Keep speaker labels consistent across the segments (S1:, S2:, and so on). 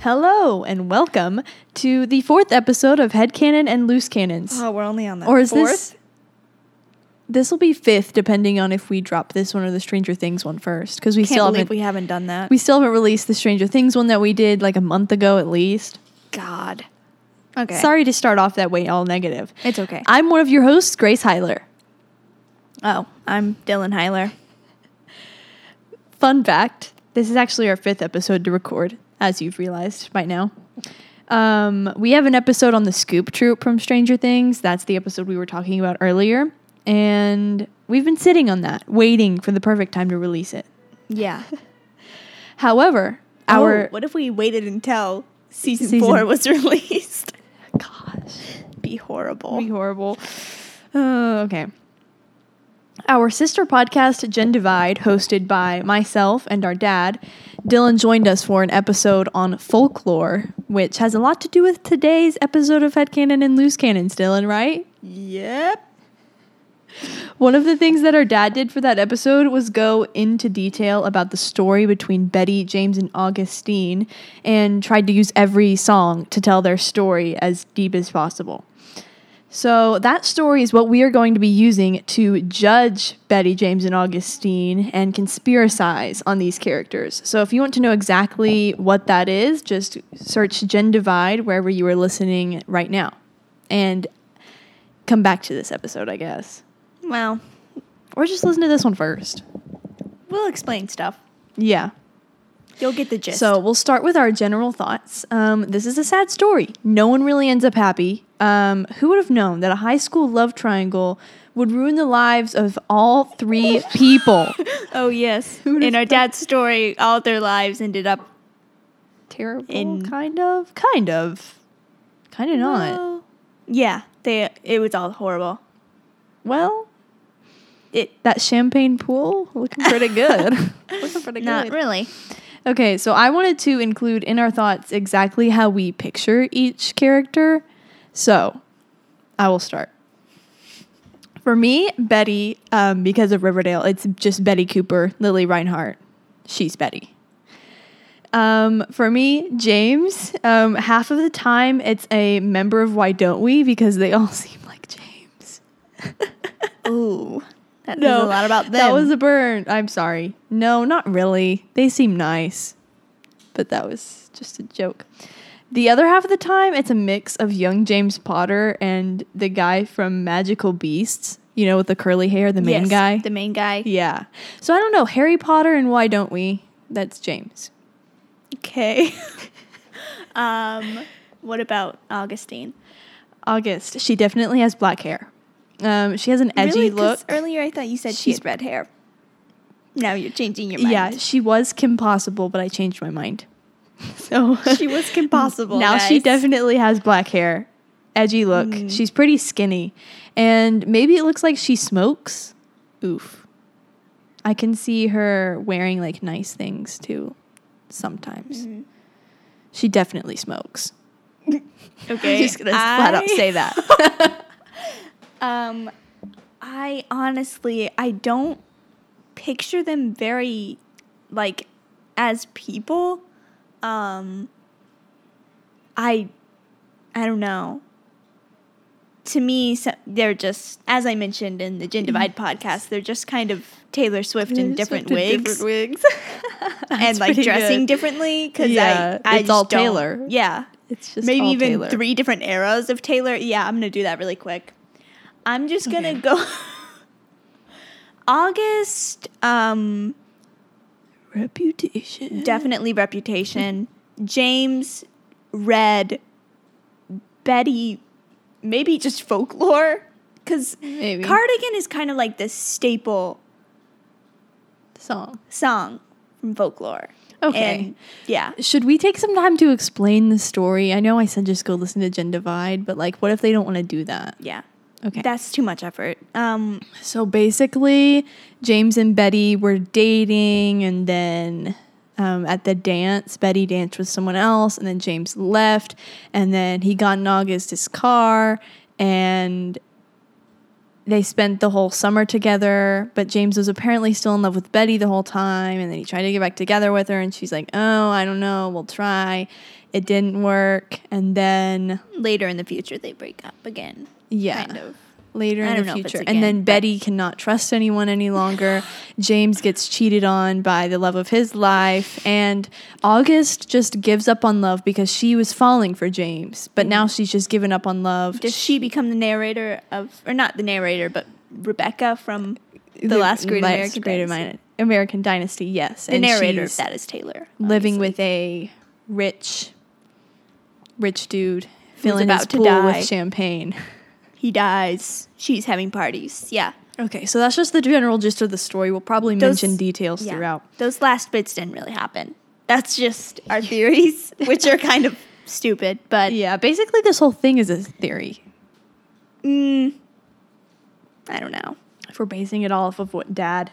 S1: Hello and welcome to the fourth episode of Head Cannon and Loose Cannons.
S2: Oh, we're only on that.
S1: or is
S2: fourth?
S1: this This will be fifth depending on if we drop this one or the Stranger Things one first cuz we
S2: Can't
S1: still
S2: believe
S1: haven't
S2: we haven't done that.
S1: we still haven't released the Stranger Things one that we did like a month ago at least.
S2: God. Okay.
S1: Sorry to start off that way all negative.
S2: It's okay.
S1: I'm one of your hosts, Grace Heiler.
S2: oh, I'm Dylan Heiler.
S1: Fun fact this is actually our fifth episode to record, as you've realized by now. Um, we have an episode on the Scoop Troop from Stranger Things. That's the episode we were talking about earlier. And we've been sitting on that, waiting for the perfect time to release it.
S2: Yeah.
S1: However, our.
S2: oh, what if we waited until season,
S1: Season-
S2: four was released?
S1: Gosh.
S2: Be horrible.
S1: Be horrible. Uh, okay. Our sister podcast, Gen Divide, hosted by myself and our dad, Dylan joined us for an episode on folklore, which has a lot to do with today's episode of Head Cannon and Loose Cannons, Dylan, right?
S2: yep.
S1: One of the things that our dad did for that episode was go into detail about the story between Betty, James, and Augustine and tried to use every song to tell their story as deep as possible. So, that story is what we are going to be using to judge Betty, James, and Augustine and conspiracize on these characters. So, if you want to know exactly what that is, just search Gen Divide wherever you are listening right now and come back to this episode, I guess.
S2: Well,
S1: Or just listen to this one first.
S2: we'll explain stuff.
S1: Yeah.
S2: You'll get the gist.
S1: So we'll start with our general thoughts. Um, this is a sad story. No one really ends up happy. Um, who would have known that a high school love triangle would ruin the lives of all three people?
S2: oh yes.
S1: would've
S2: In our dad's story, all their lives ended up
S1: Terrible.
S2: In-
S1: kind of. Kind of. Kind of not.
S2: Well, Yeah, they. It was all horrible.
S1: Well,
S2: It
S1: that champagne pool looking pretty good. looking pretty
S2: not really.
S1: Okay, so I wanted to include in our thoughts exactly how we picture each character. So I will start. For me, Betty, um, because of Riverdale, it's just Betty Cooper, Lily Reinhart. She's Betty. Um, for me, James, um, half of the time it's a member of Why Don't We because they all seem like James.
S2: Ooh, that says
S1: No,
S2: a lot about them.
S1: That was a burn. I'm sorry. No, not really. They seem nice. But that was just a joke. The other half of the time, it's a mix of young James Potter and the guy from Magical Beasts, you know, with the curly hair, the main
S2: Yes,
S1: guy.
S2: The main guy.
S1: yeah. So I don't know. Harry Potter and Why Don't We? That's James.
S2: Okay. um, what about Augustine?
S1: August. She definitely has black hair. Um, she has an edgy
S2: Really? 'Cause
S1: look.
S2: Earlier, I thought you said she
S1: She's-
S2: had red hair. Now you're changing your mind.
S1: Yeah, she was Kim Possible, but I changed my mind. So
S2: she was impossible.
S1: Now she
S2: guys.
S1: definitely has black hair, edgy look.
S2: Mm.
S1: She's pretty skinny, and maybe it looks like she smokes. Oof. I can see her wearing like nice things too, sometimes.
S2: Mm. Mm-hmm.
S1: She definitely smokes.
S2: Okay.
S1: I'm just gonna flat out
S2: I-
S1: say that.
S2: Um, I honestly, I don't picture them very, like, as people. Um, I, I don't know. To me, so, they're just, as I mentioned in the
S1: Mm-hmm.
S2: Gin Divide podcast, they're just kind of Taylor Swift in different wigs and like dressing differently. Because
S1: Yeah,
S2: I, I
S1: it's all
S2: just don't-
S1: Taylor.
S2: Yeah,
S1: It's just
S2: maybe
S1: all
S2: even
S1: Taylor.
S2: three different eras of Taylor. Yeah, I'm gonna do that really quick. I'm just gonna
S1: Okay.
S2: go August. Um,
S1: reputation.
S2: definitely reputation. James, red. Betty, maybe just folklore, because
S1: Maybe
S2: cardigan is kind of like the staple
S1: song.
S2: song from folklore.
S1: Okay.
S2: And, yeah.
S1: Should we take some time to explain the story? I know I said just go listen to Gen Divide, but like, what if they don't want to do that?
S2: Yeah.
S1: Okay.
S2: That's too much effort. Um,
S1: so basically, James and Betty were dating, and then um, at the dance, Betty danced with someone else, and then James left, and then he got in August his car, and they spent the whole summer together, but James was apparently still in love with Betty the whole time. And then he tried to get back together with her, and she's like, Oh, I don't know, we'll try. It didn't work. And then,
S2: Later in the future, they break up again.
S1: yeah,
S2: Kind of.
S1: later
S2: I
S1: in the
S2: don't know if it's
S1: future.
S2: again,
S1: and then
S2: but-
S1: Betty cannot trust anyone any longer. James gets cheated on by the love of his life. And August just gives up on love because she was falling for James, but now she's just given up on love.
S2: Mm-hmm. Does she become the narrator of, or not the narrator, but Rebecca from the, last Great American
S1: Great Ameri-
S2: Dynasty?
S1: American Dynasty, yes.
S2: The narrator of
S1: she's
S2: that is Taylor.
S1: living
S2: obviously.
S1: with a rich, rich dude filling his
S2: about to
S1: pool
S2: die.
S1: with champagne.
S2: he dies. She's having parties. Yeah.
S1: Okay, so that's just the general gist of the story. We'll probably
S2: Those-
S1: mention details
S2: yeah.
S1: throughout.
S2: Those last bits didn't really happen. That's just our theories, which are kind of stupid, but
S1: Yeah, basically this whole thing is a theory.
S2: mm, I don't know.
S1: If we're basing it all off of what dad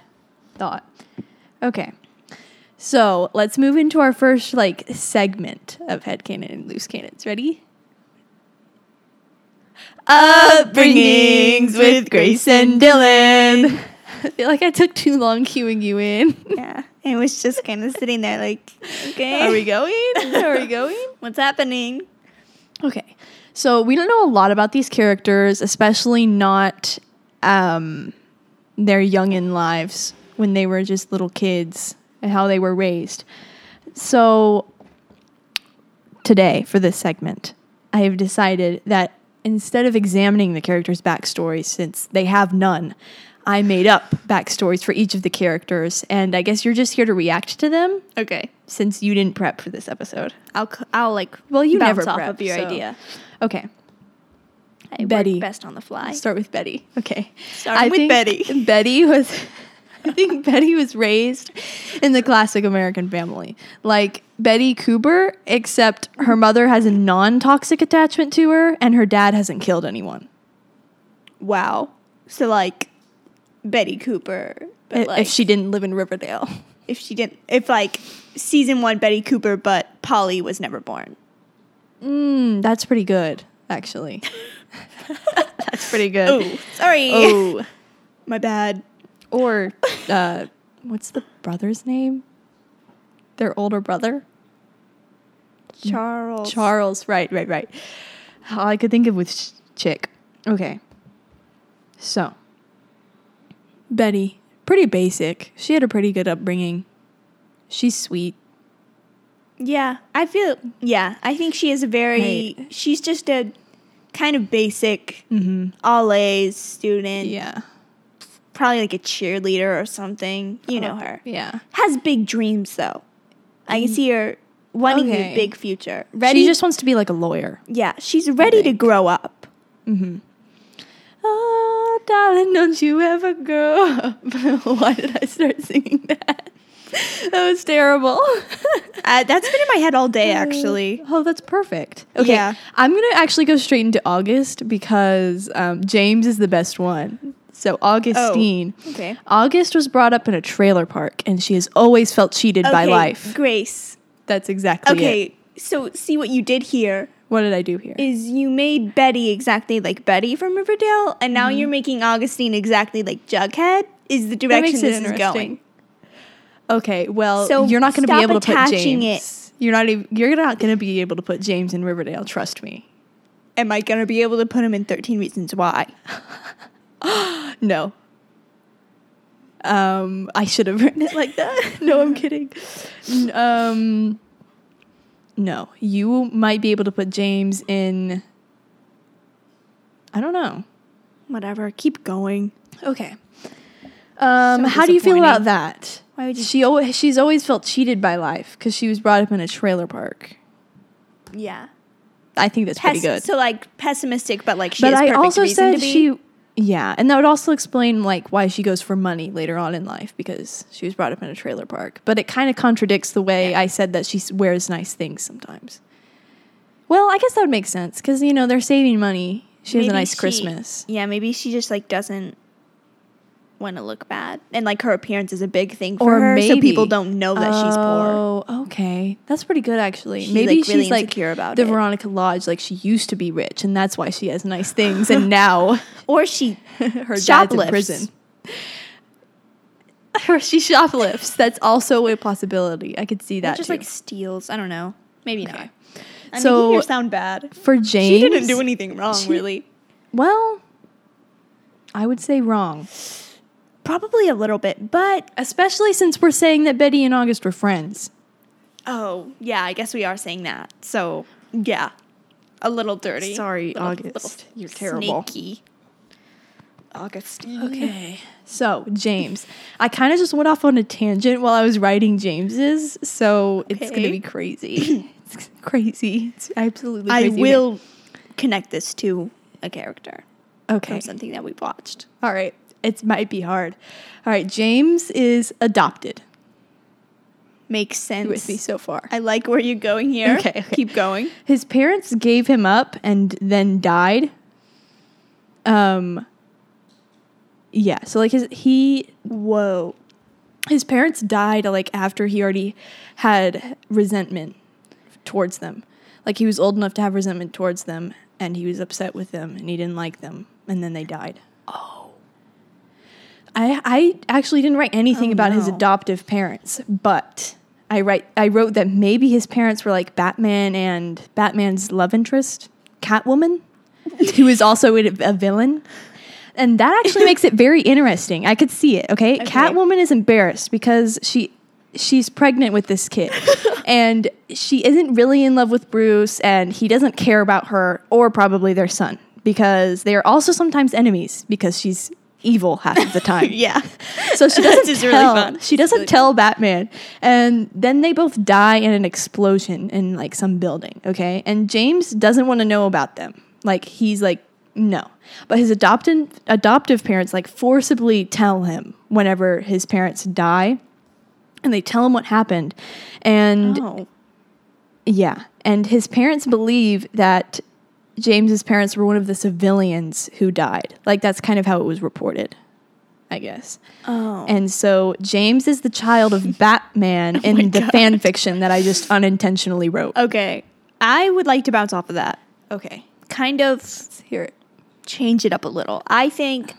S1: thought. Okay. So let's move into our first like segment of head cannon and loose cannons. Ready?
S2: Upbringings with Grace and
S1: Dylan. I feel like I took too long cueing you in.
S2: Yeah. It was just kind of sitting there like, okay.
S1: Are we going? Are we going?
S2: What's happening?
S1: Okay. So we don't know a lot about these characters, especially not um, their youngin' lives when they were just little kids and how they were raised. So today, for this segment, I have decided that instead of examining the characters' backstories, since they have none, I made up backstories for each of the characters, and I guess you're just here to react to them
S2: Okay.
S1: since you didn't prep for this episode.
S2: I'll, c- I'll like,
S1: Well, you
S2: bounce
S1: never
S2: off
S1: prep,
S2: of your
S1: so-
S2: idea.
S1: Okay.
S2: I
S1: Betty.
S2: work best on the fly.
S1: Start with Betty. Okay.
S2: Starting with Betty.
S1: Betty was I think Betty was raised in the classic American family. Like Betty Cooper, except her mother has a non-toxic attachment to her and her dad hasn't killed anyone.
S2: Wow. So like Betty Cooper, but
S1: i-
S2: like
S1: if she didn't live in Riverdale.
S2: if she didn't if like season 1 Betty Cooper but Polly was never born. Hmm.
S1: Mm, that's pretty good, actually. that's pretty good.
S2: Oh, sorry.
S1: Oh.
S2: My bad.
S1: Or uh, what's the brother's name? Their older brother?
S2: Charles.
S1: Charles, right, right, right. All I could think of was ch- chick. Okay. So, Betty, pretty basic. She had a pretty good upbringing. She's sweet.
S2: yeah, I feel yeah, I think she is a very
S1: Right.
S2: she's just a kind of basic
S1: Mm-hmm.
S2: all A's student,
S1: Yeah.
S2: probably like a cheerleader or something. You know her.
S1: Uh, Yeah.
S2: Has big dreams though. I can see her wanting
S1: Okay.
S2: a big future.
S1: She just wants to be like a lawyer.
S2: Yeah, she's ready to
S1: think.
S2: grow up.
S1: Mm-hmm. Oh, darling, don't you ever grow up. Why did I start singing that? That was terrible.
S2: Uh, that's been in my head all day, actually.
S1: Oh, that's perfect. Okay.
S2: Yeah.
S1: I'm going to actually go straight into August because um, James is the best one. So, Augustine.
S2: Okay.
S1: August was brought up in a trailer park and she has always felt cheated by life.
S2: Grace.
S1: That's exactly
S2: Okay,
S1: it.
S2: so see what you did here
S1: What did I do here?
S2: is you made Betty exactly like Betty from Riverdale, and
S1: Mm-hmm.
S2: now you're making Augustine exactly like Jughead. Is the
S1: That
S2: direction
S1: makes it
S2: this is going?
S1: Okay, well,
S2: So
S1: you're not going to be
S2: stop
S1: able to put
S2: attaching it.
S1: James. You're not even, you're not going to be able to put James in Riverdale, trust me.
S2: Am I gonna be able to put him in Thirteen Reasons Why?
S1: No. Um, I should have written it like that. no, I'm kidding. N- Um, no, you might be able to put James in. I don't know.
S2: Whatever. Keep going.
S1: Okay. Um,
S2: So
S1: how do you feel about
S2: disappointing.
S1: that?
S2: Why would you-
S1: She always she's always felt cheated by life because she was brought up in a trailer park.
S2: Yeah.
S1: I think that's pretty
S2: Pes-
S1: good.
S2: So like pessimistic, but like she
S1: but
S2: has
S1: I
S2: perfect
S1: also
S2: reason
S1: said
S2: to be.
S1: she, yeah, and that would also explain like why she goes for money later on in life because she was brought up in a trailer park. But it kind of contradicts the way
S2: Yeah.
S1: I said that she s- wears nice things sometimes. Well, I guess that would make sense because you know they're saving money. She has a
S2: Maybe
S1: nice
S2: she-
S1: Christmas.
S2: Yeah, maybe she just like doesn't want to look bad, and like her appearance is a big thing for
S1: Or
S2: her, so people
S1: maybe-
S2: don't know that she's poor.
S1: Oh, okay. That's pretty good actually.
S2: She's,
S1: Maybe
S2: like, really
S1: she's like
S2: insecure about
S1: the
S2: it.
S1: Veronica Lodge, like she used to be rich and that's why she has nice things and now
S2: Or she
S1: her dad's in
S2: Shoplifts.
S1: prison. Or she shoplifts. That's also a possibility. I could see that.
S2: just
S1: too.
S2: like steals. I don't know. Maybe
S1: Okay.
S2: not. I'm
S1: So-
S2: making her sound bad.
S1: for James.
S2: She didn't do anything wrong,
S1: She-
S2: really.
S1: Well, I would say wrong.
S2: Probably a little bit, but
S1: Especially since we're saying that Betty and August were friends.
S2: oh yeah, I guess we are saying that. So yeah, a little dirty.
S1: Sorry,
S2: Little-
S1: August. You're terrible.
S2: Sneaky. August.
S1: Okay. So, James. I kind of just went off on a tangent while I was writing James's, so it's going to
S2: Okay.
S1: be crazy. it's crazy. It's absolutely
S2: I
S1: crazy. Okay.
S2: will connect this to a character
S1: Okay.
S2: from something that we watched.
S1: All right. It might be hard. All right. James is adopted.
S2: Makes sense.
S1: You with me so far.
S2: I like where you're going here.
S1: Okay, okay.
S2: Keep going.
S1: His parents gave him up and then died. Um yeah, so like his he
S2: Whoa.
S1: his parents died like after he already had resentment towards them. Like he was old enough to have resentment towards them and he was upset with them and he didn't like them and then they died. Oh. I I actually didn't write anything
S2: Oh,
S1: about his
S2: no.
S1: adoptive parents, but I write I wrote that maybe his parents were like Batman and Batman's love interest, Catwoman, who is also a, a villain. And that actually makes it very interesting. I could see it, okay?
S2: Okay.
S1: Catwoman is embarrassed because she she's pregnant with this kid. and she isn't really in love with Bruce and he doesn't care about her or probably their son because they are also sometimes enemies because she's evil half of the time.
S2: Yeah.
S1: So she
S2: This
S1: doesn't
S2: is
S1: tell.
S2: really fun. This
S1: She
S2: is
S1: doesn't
S2: really
S1: tell Batman, and then they both die in an explosion in like some building. Okay, and James doesn't want to know about them. Like he's like no, but his adoptive adoptive parents like forcibly tell him whenever his parents die, and they tell him what happened, and
S2: Oh.
S1: yeah. And his parents believe that James's parents were one of the civilians who died. Like that's kind of how it was reported, I guess.
S2: Oh.
S1: And so James is the child of Batman in the fan fiction that I just unintentionally wrote.
S2: Okay. I would like to bounce off of that.
S1: Okay.
S2: Kind of
S1: Let's hear it.
S2: change it up a little. I think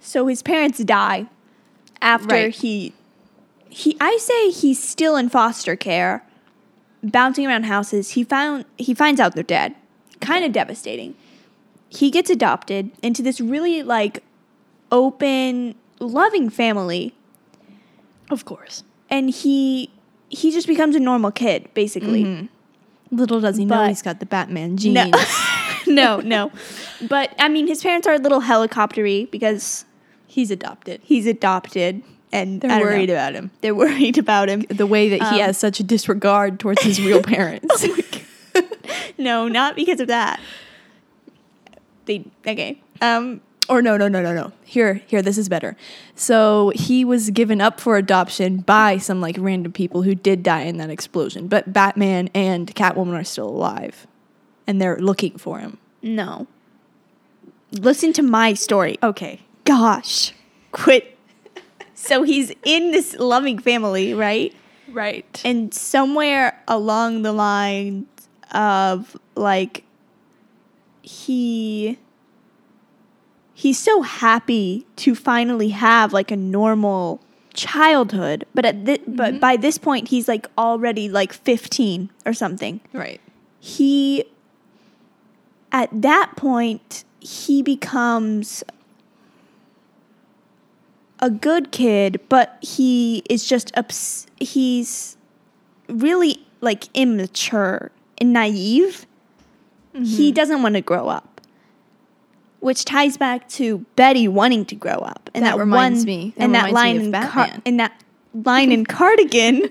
S2: so his parents die after
S1: Right.
S2: he he I say he's still in foster care bouncing around houses. He found he finds out they're dead. Kind of devastating. He gets adopted into this really like open loving family
S1: Of course.
S2: and he he just becomes a normal kid
S1: Mm-hmm.
S2: basically.
S1: Little does he know
S2: But-
S1: he's got the Batman genes.
S2: No. no, no. But I mean, his parents are a little helicoptery because
S1: he's adopted.
S2: he's adopted, and
S1: They're
S2: I don't
S1: worried
S2: know.
S1: about him.
S2: They're worried about him.
S1: The way that he
S2: Um,
S1: has such a disregard towards his real parents.
S2: No, not because of that. They okay.
S1: Um, or no, no, no, no, no. Here, here, this is better. So he was given up for adoption by some like random people who did die in that explosion, but Batman and Catwoman are still alive, and they're looking for him.
S2: No. Listen to my story. Oh,
S1: Okay.
S2: Gosh, quit. so he's in this loving family, right?
S1: Right.
S2: And somewhere along the lines of like he he's so happy to finally have like a normal childhood, but at thi- but by this point he's like already like 15 or something.
S1: right.
S2: He at that point he becomes a good kid, but he is just obs- he's really like immature and naive.
S1: Mm-hmm.
S2: He doesn't want to grow up. Which ties back to Betty wanting to grow up, and
S1: That
S2: that,
S1: reminds
S2: one,
S1: me- that
S2: and that
S1: reminds me
S2: line
S1: of
S2: in
S1: Batman.
S2: car- and that line in Cardigan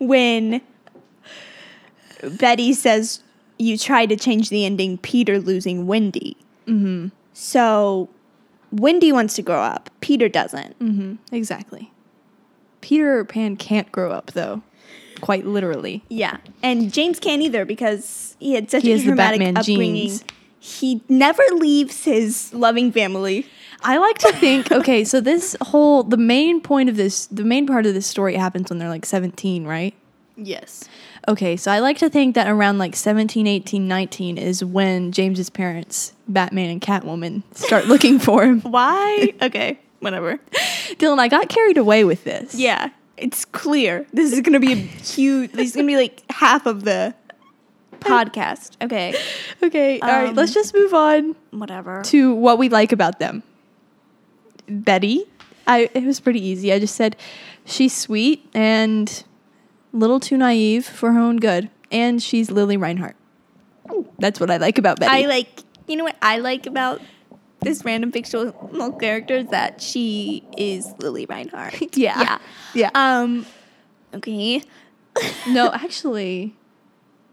S2: when Betty says, "You try to change the ending, Peter losing Wendy."
S1: Mm-hmm.
S2: So Wendy wants to grow up. Peter doesn't.
S1: Mm-hmm. Exactly. Peter Pan can't grow up though, quite literally.
S2: Yeah, and James can't either because he had such
S1: He
S2: a
S1: has the
S2: traumatic
S1: Batman
S2: upbringing.
S1: genes.
S2: He never leaves his loving family.
S1: I like to think, okay, so this whole, the main point of this, the main part of this story happens when they're like 17, right?
S2: Yes.
S1: Okay, so I like to think that around like 17, 18, 19 is when James's parents, Batman and Catwoman, start looking for him.
S2: Why? Okay, whatever.
S1: Dylan, I got carried away with this.
S2: Yeah, it's clear. This is gonna be a huge. This is gonna be like half of the podcast. Okay,
S1: Okay, all right,
S2: Um,
S1: let's just move on
S2: whatever.
S1: to what we like about them. Betty, I it was pretty easy. I just said she's sweet and little too naive for her own good, and she's Lily Reinhart. That's what I like about Betty.
S2: I like. You know what I like about this random fictional character is that she is Lily Reinhardt.
S1: yeah, yeah.
S2: Yeah. Um. Okay. Um,
S1: no, actually,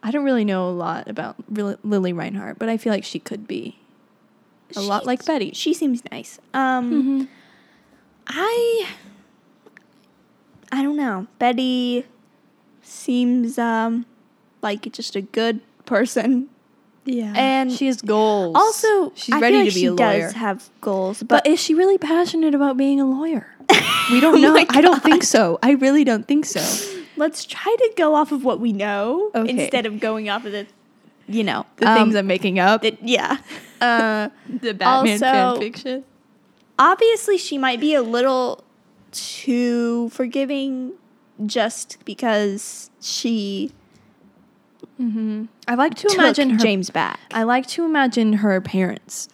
S1: I don't really know a lot about Ril- Lily Reinhart, but I feel like she could be a lot
S2: She's-
S1: like Betty.
S2: She seems nice. Um.
S1: Mm-hmm.
S2: I I don't know. Betty seems um like just a good person.
S1: Yeah,
S2: And
S1: she has goals.
S2: Also,
S1: she's
S2: I feel
S1: ready
S2: like
S1: to be
S2: she
S1: a lawyer.
S2: Does have goals,
S1: But, Oh
S2: but,
S1: is she really passionate about being a lawyer? We don't know.
S2: my
S1: I don't think so. I really don't think so.
S2: let's try to go off of what we know
S1: Okay.
S2: instead of going off of the you know
S1: The
S2: um,
S1: things I'm making up.
S2: that- yeah. Uh,
S1: the Batman fan
S2: also-
S1: fiction.
S2: obviously, she might be a little too forgiving, just because she
S1: I like to
S2: took
S1: imagine her.
S2: James back.
S1: I like to imagine her parents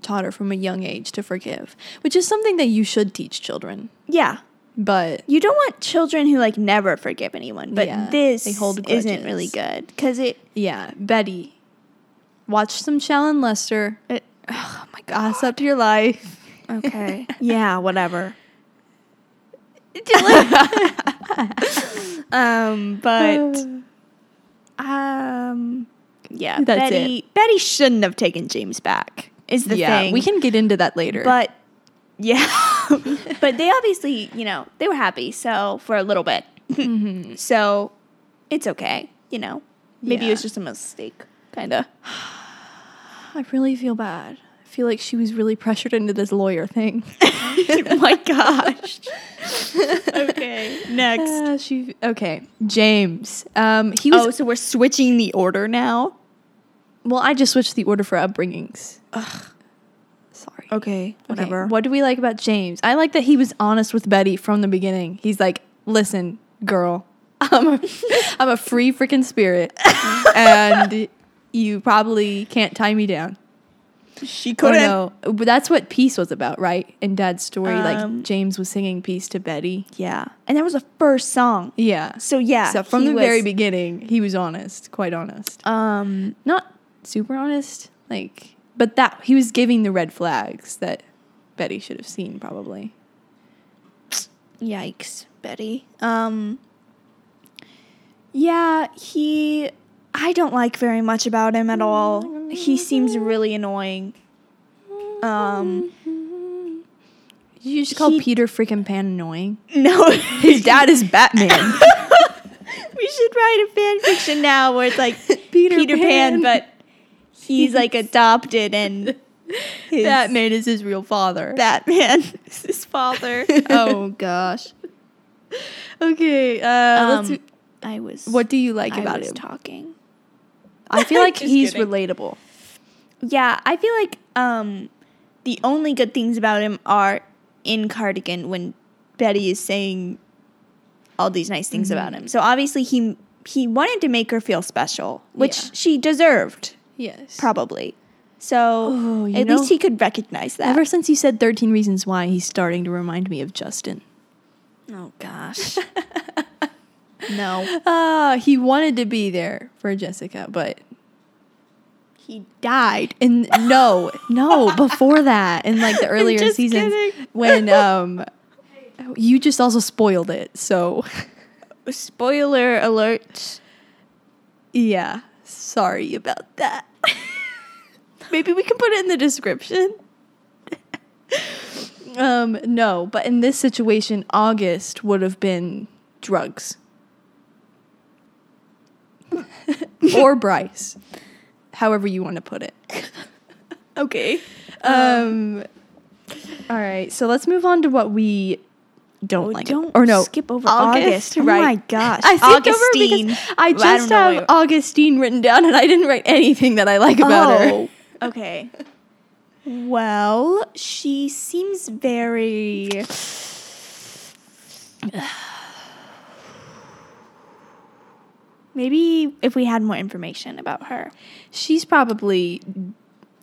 S1: taught her from a young age to forgive, which is something that you should teach children.
S2: yeah,
S1: But
S2: you don't want children who like never forgive anyone, but
S1: Yeah,
S2: this
S1: they hold
S2: isn't really
S1: grudges.
S2: good because it,
S1: yeah, Betty, watch some Shallon Lester.
S2: it.
S1: Oh my God, up your life.
S2: Okay. yeah. Whatever. Um. But um. Yeah.
S1: That's
S2: Betty. Betty shouldn't have taken James back. Is the
S1: yeah,
S2: thing.
S1: we can get into that later.
S2: But yeah. but they obviously, you know, they were happy. So for a little bit.
S1: Mm-hmm.
S2: Mm-hmm. So it's okay. You know. Maybe it was
S1: Yeah.
S2: just a mistake. Kind of.
S1: I really feel bad. I feel like she was really pressured into this lawyer thing.
S2: my gosh. okay, next.
S1: Uh, she okay. James. Um, he was.
S2: oh, so we're switching the order now.
S1: well, I just switched the order for upbringings. Ugh. Sorry.
S2: Okay,
S1: Okay, What do we like about James? I like that he was honest with Betty from the beginning. He's like, "Listen, girl, I'm a, I'm a free freaking spirit, and you probably can't tie me down."
S2: She
S1: Oh
S2: couldn't.
S1: no, but that's what peace was about, right? In Dad's story, like
S2: Um,
S1: James was singing peace to Betty.
S2: Yeah, and that was the first song.
S1: Yeah.
S2: So yeah,
S1: So from
S2: he
S1: the very
S2: was-
S1: beginning, he was honest, quite honest.
S2: um,
S1: Not super honest, like, but that he was giving the red flags that Betty should have seen probably.
S2: yikes, Betty. Um, yeah, he. I don't like very much about him at all. He seems really annoying. Um,
S1: Did you just call
S2: He-
S1: Peter freaking Pan annoying?
S2: no,
S1: His dad is Batman.
S2: We should write a fan fiction now where it's like
S1: Peter
S2: Peter, Pan,
S1: Pan.
S2: but he's like adopted and his
S1: Batman is his real father.
S2: Batman is his father.
S1: oh gosh. Okay, uh, let's
S2: Um,
S1: do-
S2: I was
S1: what do you like
S2: I
S1: about
S2: was
S1: him?
S2: talking.
S1: I feel like
S2: Just
S1: he's
S2: kidding.
S1: relatable.
S2: Yeah, I feel like um the only good things about him are in Cardigan when Betty is saying all these nice things about
S1: Mm-hmm.
S2: him. So obviously he he wanted to make her feel special, which
S1: Yeah.
S2: she deserved.
S1: Yes.
S2: probably. So
S1: Oh, you
S2: at
S1: know-
S2: least he could recognize that.
S1: Ever since you said 13 Reasons Why, he's starting to remind me of Justin.
S2: oh gosh. no.
S1: Uh, he wanted to be there for Jessica, but
S2: He died.
S1: and no, no, before that, in like the earlier
S2: just
S1: seasons
S2: kidding.
S1: when um you just also spoiled it. So,
S2: Spoiler alert.
S1: yeah, sorry about that. Maybe we can put it in the description. um no, but in this situation August would have been drugs. or Bryce. However you want to put it.
S2: Okay.
S1: Um All right, so let's move on to what we don't
S2: Oh,
S1: like.
S2: don't
S1: or no,
S2: skip over
S1: August.
S2: August,
S1: right?
S2: oh my gosh.
S1: I skipped over
S2: Augustine.
S1: because I
S2: Well, I
S1: just
S2: don't know
S1: have
S2: what-
S1: Augustine written down, and I didn't write anything that I like about her.
S2: Oh, okay. Well, she seems very Maybe if we had more information about her.
S1: She's probably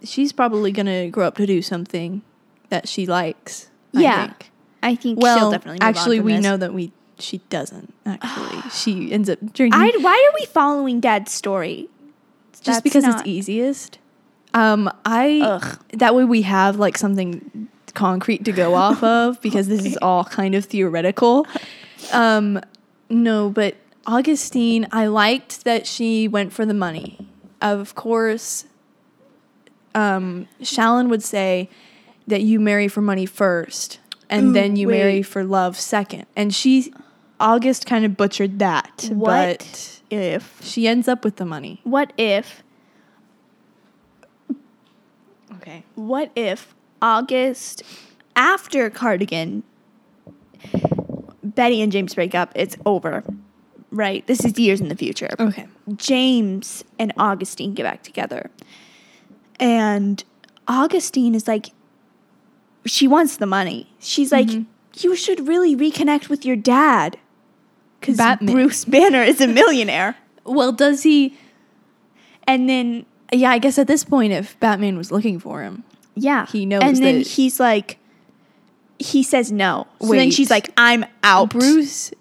S1: she's probably gonna grow up to do something that she likes. I
S2: Yeah.
S1: think.
S2: I think
S1: Well,
S2: she'll definitely move on
S1: actually,
S2: from
S1: we
S2: this.
S1: know that we she doesn't. Actually, she ends up drinking
S2: I why are we following dad's story?
S1: just
S2: That's
S1: because it's
S2: not-
S1: easiest. Um, I
S2: Ugh.
S1: that way we have like something concrete to go off of because this is all kind of theoretical. Um, no, but Augustine, I liked that she went for the money. Of course, um, Shallon would say that you marry for money first, and
S2: Ooh,
S1: then you marry
S2: wait.
S1: for love second. And she, August, kind of butchered that,
S2: What
S1: but
S2: if
S1: she ends up with the money.
S2: what if
S1: Okay.
S2: what if August after Cardigan, Betty and James break up? It's over, right? This is years in the future.
S1: Okay.
S2: James and Augustine get back together. And Augustine is like, she wants the money. She's like, you should really reconnect with your dad. Because
S1: Batman.
S2: Bruce Banner is a millionaire.
S1: Well, does he?
S2: and then
S1: Yeah, I guess at this point, if Batman was looking for him,
S2: Yeah.
S1: He knows
S2: And then
S1: that-
S2: he's like, he says no. So then
S1: Wait.
S2: she's like, I'm out.
S1: Bruce,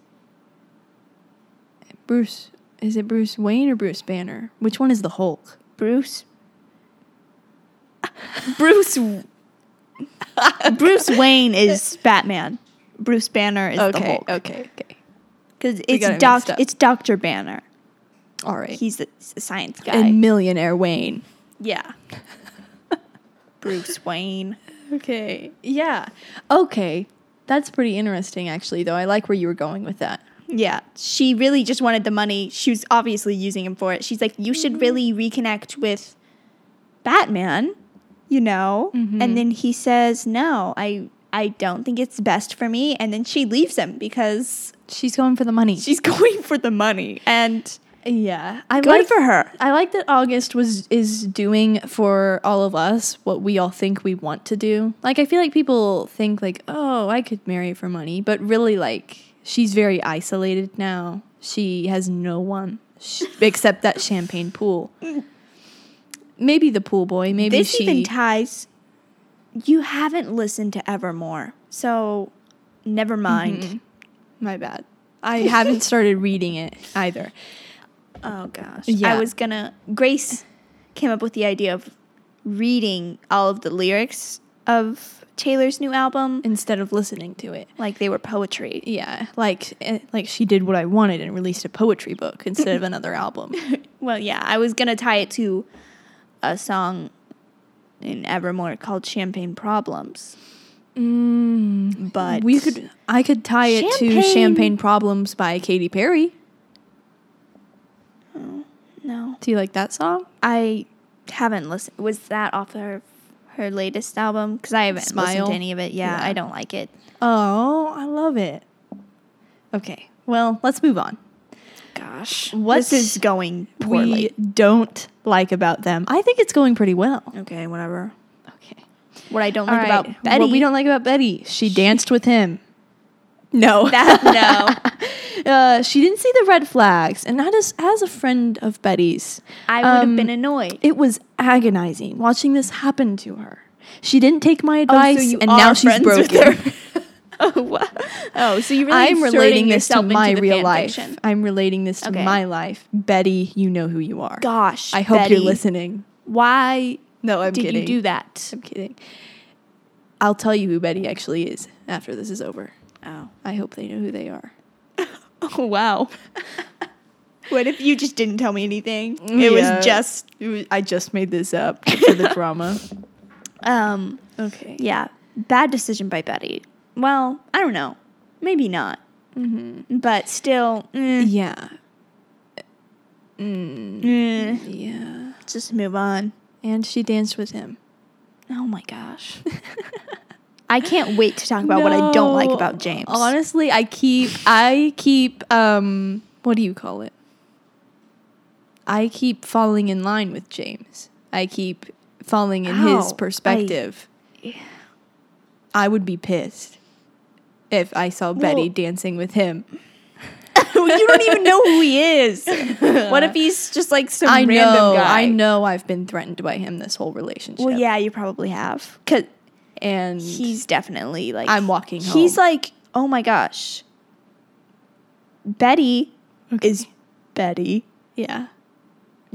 S1: Bruce, is it Bruce Wayne or Bruce Banner? Which one is the Hulk?
S2: Bruce. Bruce. Bruce Wayne is Batman. Bruce Banner is the Hulk.
S1: okay, okay.
S2: Because
S1: We got it
S2: it's
S1: mixed
S2: Doctor.
S1: up.
S2: It's Doctor Banner.
S1: All right.
S2: He's the, he's the science guy.
S1: and millionaire Wayne.
S2: yeah. Bruce Wayne.
S1: Okay. Yeah. Okay. That's pretty interesting, actually. Though I like where you were going with that.
S2: Yeah, she really just wanted the money. She was obviously using him for it. She's like, you
S1: Mm-hmm.
S2: should really reconnect with Batman, you know?
S1: Mhm.
S2: And then he says, no, I, I don't think it's best for me. And then she leaves him because
S1: She's going for the money.
S2: she's going for the money. And
S1: yeah. I
S2: good
S1: like
S2: for her.
S1: I like that August was is doing for all of us what we all think we want to do. Like I feel like people think like, "Oh, I could marry for money," but really like she's very isolated now. She has no one sh- except that champagne pool. Maybe the pool boy, maybe
S2: this
S1: she
S2: even ties. You haven't listened to Evermore. So never mind.
S1: Mm-hmm. My bad. I haven't started reading it either.
S2: Oh gosh.
S1: Yeah.
S2: I was gonna Grace came up with the idea of reading all of the lyrics of Taylor's new album.
S1: Instead of listening to it.
S2: Like they were poetry.
S1: Yeah, like eh, like she did what I wanted and released a poetry book instead of another album.
S2: Well, yeah, I was gonna tie it to a song in Evermore called Champagne Problems. Mm, but
S1: we could I could tie it to
S2: Champagne.
S1: Champagne Problems by Katy Perry.
S2: no.
S1: Do you like that song?
S2: I haven't listened. Was that off her her latest album? Because I haven't listened
S1: Smile?
S2: to any of it. Yeah,
S1: Yeah.
S2: I don't like it.
S1: Oh, I love it. Okay. Well, let's move on.
S2: Gosh,
S1: What
S2: this is going
S1: We
S2: poorly.
S1: don't like about them. I think it's going pretty well.
S2: okay, whatever.
S1: Okay.
S2: What I don't
S1: All
S2: like
S1: right.
S2: about Betty.
S1: What we don't like about Betty. She danced with him. No.
S2: That- no.
S1: uh, she didn't see the red flags. And not as, as a friend of Betty's,
S2: I would have
S1: um,
S2: been annoyed.
S1: It was agonizing watching this happen to her. She didn't take my advice,
S2: Oh, you
S1: and
S2: are
S1: now she's
S2: friends with
S1: broken.
S2: oh, what? oh, so you really
S1: I'm
S2: inserting
S1: relating this to
S2: yourself into
S1: my
S2: the
S1: real
S2: fan
S1: life.
S2: fiction.
S1: I'm relating this to
S2: Okay.
S1: my life. Betty, you know who you are.
S2: Gosh,
S1: I hope you're
S2: Betty,
S1: listening.
S2: Why
S1: No, I'm
S2: did
S1: kidding.
S2: you do that?
S1: I'm kidding. I'll tell you who Betty actually is after this is over.
S2: Oh,
S1: I hope they know who they are.
S2: oh wow. what if you just didn't tell me anything? It
S1: Yeah.
S2: was just
S1: I just made this up for the drama.
S2: um,
S1: Okay.
S2: yeah, bad decision by Betty. Well, I don't know, maybe not,
S1: Mm-hmm.
S2: but still, mm,
S1: Yeah.
S2: mm,
S1: Yeah.
S2: just move on.
S1: And she danced with him.
S2: Oh my gosh. I can't wait to talk about what I don't like about James.
S1: Honestly, I keep I keep um what do you call it? I keep falling in line with James. I keep falling in
S2: Ow,
S1: his
S2: I-
S1: perspective. I, would be pissed if I saw Betty
S2: Well-
S1: dancing with him.
S2: you don't even know who he is. what if he's just like some
S1: I
S2: random
S1: know,
S2: guy?
S1: I know I've been threatened by him this whole relationship.
S2: Well, yeah, you probably have. Cause
S1: And
S2: he's definitely like
S1: I'm walking
S2: He's
S1: home.
S2: like, oh my gosh, Betty is Betty.
S1: yeah.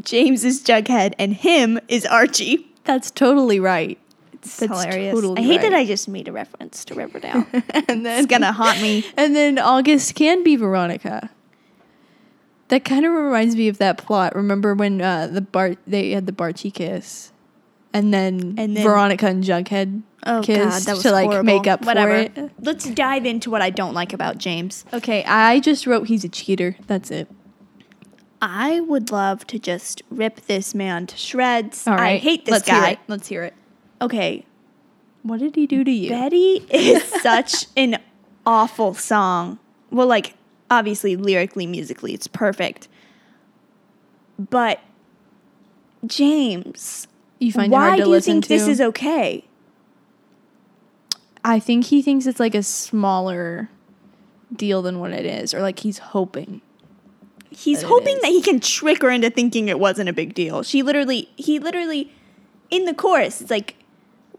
S2: James is Jughead, and him is Archie.
S1: That's totally right.
S2: It's
S1: That's
S2: hilarious.
S1: totally
S2: I hate that
S1: right.
S2: I just made a reference to Riverdale.
S1: and then
S2: it's gonna haunt me.
S1: And then August can be Veronica. That kind of reminds me of that plot. Remember when uh, the bar they had the Barchi kiss, and then,
S2: And then- Oh,
S1: Veronica and Jughead kiss to like make up for it.
S2: Let's dive into what I don't like about James.
S1: Okay, I just wrote he's a cheater. That's it.
S2: I would love to just rip this man to shreds.
S1: All right,
S2: I hate this
S1: Let's hear
S2: guy.
S1: it. Let's hear it.
S2: Okay,
S1: What did he do to you?
S2: Betty is such an awful song. Well, like, obviously, lyrically, musically, it's perfect. But, James,
S1: you find it
S2: why
S1: hard to
S2: do you
S1: listen
S2: think
S1: to.
S2: this is okay?
S1: I think he thinks it's like a smaller deal than what it is, or like he's hoping.
S2: He's
S1: That it
S2: hoping
S1: is.
S2: that he can trick her into thinking it wasn't a big deal. She literally, he literally, in the chorus, it's like,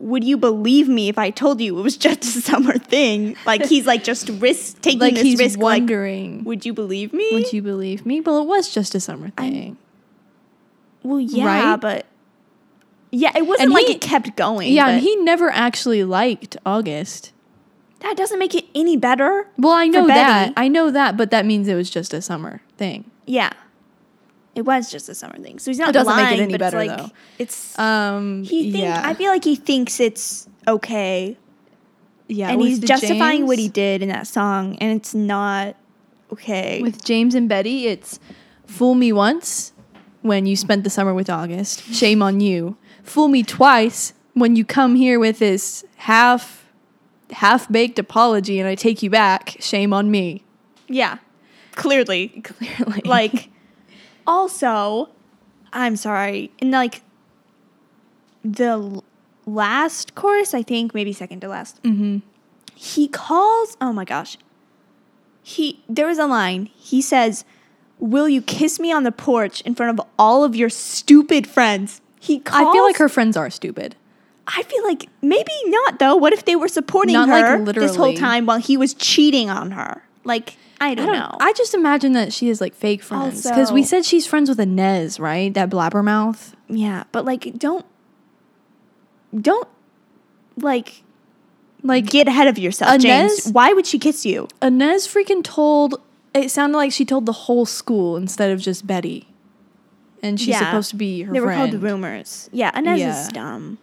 S2: would you believe me if I told you it was just a summer thing? Like, he's like just risk taking
S1: Like
S2: this
S1: he's
S2: risk. Like,
S1: wondering.
S2: would you believe me?
S1: Would you believe me? Well, it was just a summer thing.
S2: Well, yeah,
S1: Right?
S2: but yeah, it wasn't
S1: And
S2: like
S1: he-
S2: it kept going.
S1: yeah,
S2: but
S1: and he never actually liked August.
S2: that doesn't make it any better.
S1: Well, I know that.
S2: Betty.
S1: I know that, but that means it was just a summer thing.
S2: Yeah, it was just a summer thing, so he's not.
S1: It doesn't make it
S2: lying,
S1: any
S2: but
S1: better,
S2: it's like,
S1: though.
S2: It's
S1: Um,
S2: he think
S1: yeah,
S2: I feel like he thinks it's okay,
S1: yeah,
S2: and
S1: with
S2: he's
S1: the
S2: justifying what he
S1: James-
S2: did in that song, and it's not okay.
S1: with James and Betty. It's fool me once when you spent the summer with August. Shame on you. Fool me twice when you come here with this half half baked apology and I take you back. Shame on me.
S2: yeah, clearly,
S1: Clearly,
S2: like also i'm sorry in like the l- last chorus i think maybe second to last
S1: Mhm.
S2: he calls oh my gosh he there was a line he says will you kiss me on the porch in front of all of your stupid friends he calls
S1: I feel like her friends are stupid.
S2: i feel like maybe not though what if they were supporting
S1: Not, like,
S2: her this whole
S1: literally.
S2: time while he was cheating on her like i don't, know
S1: I just imagine that she is like fake friends because we
S2: Also-
S1: said she's friends with Inez, right? That blabbermouth.
S2: Yeah, but like don't don't like
S1: Like
S2: get ahead of yourself, James.
S1: Inez-
S2: Why would she kiss you?
S1: Inez freaking told. It sounded like she told the whole school instead of just Betty, and she's
S2: Yeah.
S1: supposed to be her
S2: they were
S1: friend.
S2: called rumors. Yeah, Inez
S1: Yeah.
S2: is dumb.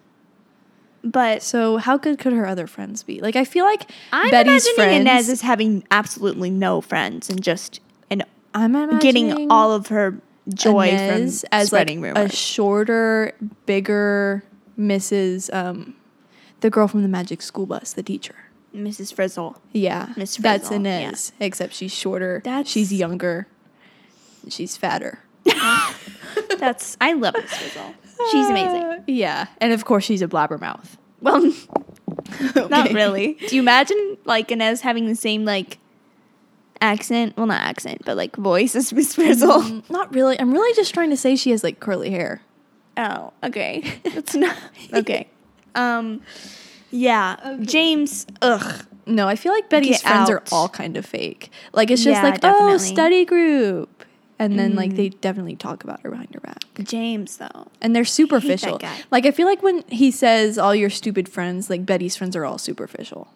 S2: But
S1: so how good could her other friends be? Like I feel like
S2: I'm
S1: Betty's
S2: imagining
S1: friends.
S2: Inez is having absolutely no friends and just and
S1: I'm
S2: getting
S1: imagining
S2: all of her joy
S1: Inez
S2: from
S1: as
S2: spreading
S1: like a
S2: rumors.
S1: shorter, bigger Mrs. Um, the girl from the Magic School Bus, the teacher.
S2: Mrs. Frizzle.
S1: Yeah,
S2: Miss
S1: that's
S2: Frizzle, yeah.
S1: Inez, except she's shorter.
S2: That's-
S1: she's younger. She's fatter.
S2: That's I love Miss Frizzle. She's amazing.
S1: Uh, yeah, and of course she's a blabbermouth.
S2: Well, Not
S1: Okay.
S2: really. Do you imagine like Inez having the same like accent? Well, not accent, but like voice as Miss Frizzle.
S1: Mm, Not really. I'm really just trying to say she has like curly hair.
S2: Oh, okay. That's not okay. Um, yeah. James. Ugh.
S1: No, I feel like Betty's
S2: Get
S1: friends are
S2: out.
S1: all kind of fake. Like it's just
S2: Yeah,
S1: like, oh,
S2: definitely. Mm.
S1: study group. And then like they definitely talk about her behind her back.
S2: James though.
S1: And they're superficial.
S2: guy.
S1: Like I feel like when he says all your stupid friends, like Betty's friends are all superficial.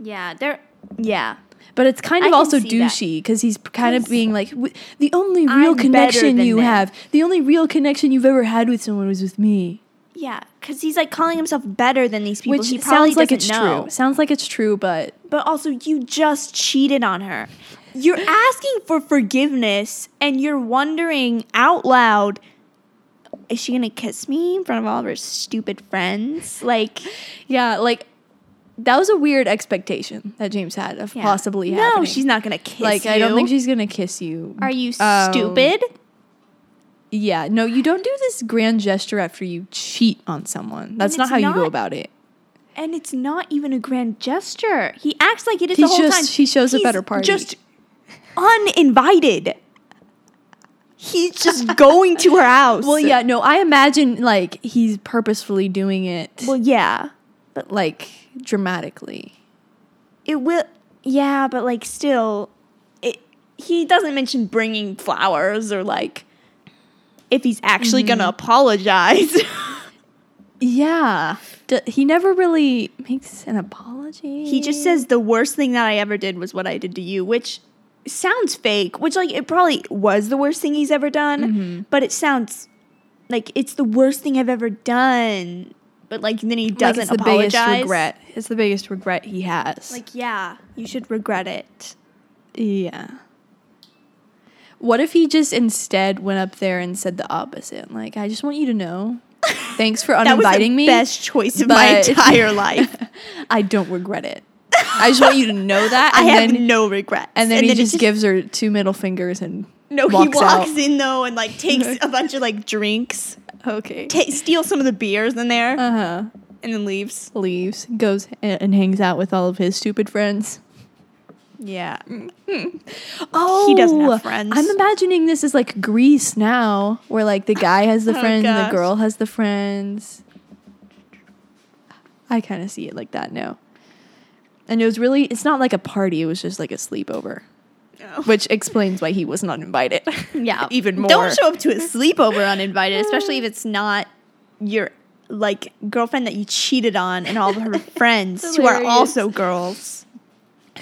S2: Yeah, they're. Yeah.
S1: But it's kind
S2: I
S1: of
S2: can
S1: also
S2: see that.
S1: douchey because he's p- kind of
S2: 'Cause
S1: being like, "W- the only
S2: I'm
S1: real
S2: better
S1: connection
S2: than
S1: you
S2: them."
S1: have, the only real connection you've ever had with someone was with me.
S2: Yeah, because he's like calling himself better than these people.
S1: Which
S2: he probably
S1: sounds like it's
S2: doesn't know.
S1: true. Sounds like it's true, but
S2: But also, you just cheated on her. You're asking for forgiveness and you're wondering out loud, is she going to kiss me in front of all of her stupid friends? Like,
S1: yeah, like that was a weird expectation that James had of
S2: Yeah.
S1: possibly
S2: no,
S1: happening.
S2: she's not gonna kiss
S1: like
S2: you.
S1: I don't think she's gonna kiss you.
S2: Are you
S1: Um,
S2: stupid?
S1: Yeah, no, you don't do this grand gesture after you cheat on someone. That's not
S2: it's
S1: how you go
S2: not-
S1: about it.
S2: And it's not even a grand gesture. He acts like it is
S1: He's
S2: the whole
S1: just-
S2: time.
S1: he shows up
S2: He's
S1: at her party.
S2: Just uninvited. He's just going to her house.
S1: Well, yeah, no, I imagine like he's purposefully doing it,
S2: Well, yeah.
S1: but like dramatically.
S2: It will. Yeah, but like still, it. He doesn't mention bringing flowers or like if he's actually gonna apologize.
S1: Yeah, D- he never really makes an apology.
S2: he just says the worst thing that I ever did was what I did to you, which sounds fake. Which like it probably was the worst thing he's ever done, but it sounds like it's the worst thing I've ever done. But like then he
S1: Like,
S2: doesn't
S1: it's the
S2: apologize.
S1: biggest regret. It's the biggest regret he has.
S2: Like yeah, you should regret it.
S1: Yeah. What if he just instead went up there and said the opposite? Like, I just want you to know, thanks for
S2: That was the
S1: uninviting me.
S2: best choice of my
S1: but-
S2: entire life.
S1: I don't regret it. I just want you to know that.
S2: I
S1: And
S2: have
S1: then,
S2: no regrets.
S1: and then he just gives her two middle fingers and
S2: No,
S1: walks
S2: he walks
S1: out.
S2: in though and like takes a bunch of like drinks,
S1: Okay.
S2: ta steals some of the beers in there,
S1: Uh huh.
S2: and then leaves.
S1: Leaves, goes and and hangs out with all of his stupid friends.
S2: Yeah.
S1: Oh,
S2: He doesn't have friends.
S1: I'm imagining this is like Greece now, where like the guy has the
S2: Oh,
S1: friends and the
S2: gosh.
S1: girl has the friends. I kind of see it like that now. And it was really, it's not like a party, it was just like a sleepover, which explains why he was not invited.
S2: oh. yeah.
S1: Even more.
S2: Don't show up to a sleepover uninvited, especially if it's not your like girlfriend that you cheated on and all of her friends who are
S1: Hilarious.
S2: also girls.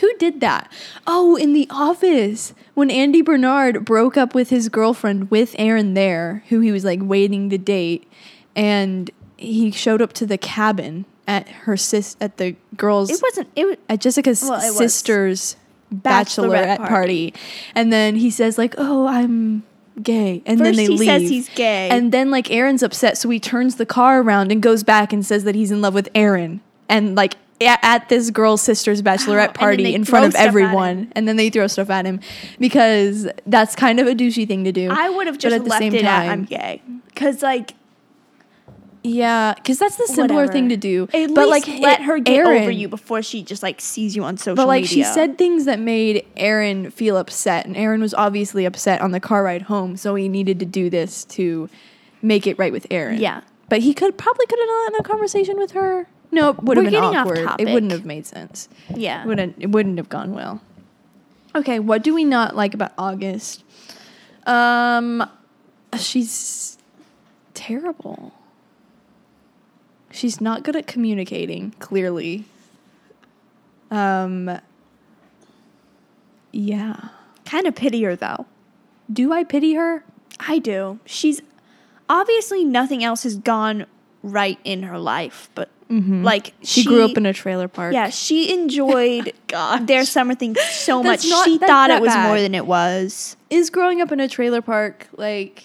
S1: Who did that? Oh, in the office when Andy Bernard broke up with his girlfriend with Aaron there, who he was like waiting to date, and he showed up to the cabin at her sis at the girls
S2: It wasn't it was
S1: at Jessica's
S2: Well, it was.
S1: sister's bachelorette
S2: Bachelorette
S1: party. and then he says like, "Oh, I'm gay," and then
S2: First
S1: they
S2: he
S1: leave.
S2: says he's gay.
S1: and then like Aaron's upset, so he turns the car around and goes back and says that he's in love with Aaron, and like a- at this girl's sister's
S2: Oh, and
S1: bachelorette
S2: then
S1: party
S2: they
S1: in front
S2: throw
S1: of
S2: stuff at
S1: everyone, and then they throw stuff at him because that's kind of a douchey thing to do.
S2: I would have
S1: But
S2: just
S1: at the
S2: left
S1: same
S2: it at
S1: time-
S2: I'm gay. Cause like
S1: yeah, because that's the simpler
S2: Whatever.
S1: thing to do.
S2: At
S1: but
S2: least
S1: like
S2: let
S1: it-
S2: her get over
S1: Aaron-
S2: you before she just like sees you on social
S1: But like she
S2: media.
S1: said things that made Aaron feel upset, and Aaron was obviously upset on the car ride home, so he needed to do this to make it right with Aaron.
S2: Yeah.
S1: but he could probably could have done a conversation with her. No, it would have
S2: We're
S1: been
S2: getting off
S1: awkward.
S2: topic.
S1: It wouldn't have made sense.
S2: Yeah.
S1: It wouldn't it wouldn't have gone well. Okay, what do we not like about August? Um, she's terrible. She's not good at communicating, clearly. Um, yeah.
S2: kind of pity her though.
S1: Do I pity her?
S2: I do. She's obviously nothing else has gone right in her life, but like
S1: Mm-hmm. She, grew up in a trailer park.
S2: yeah. She enjoyed their summer thing so
S1: That's
S2: much.
S1: not-
S2: she
S1: that's
S2: thought
S1: not
S2: it was
S1: bad.
S2: more than it was.
S1: Is growing up in a trailer park like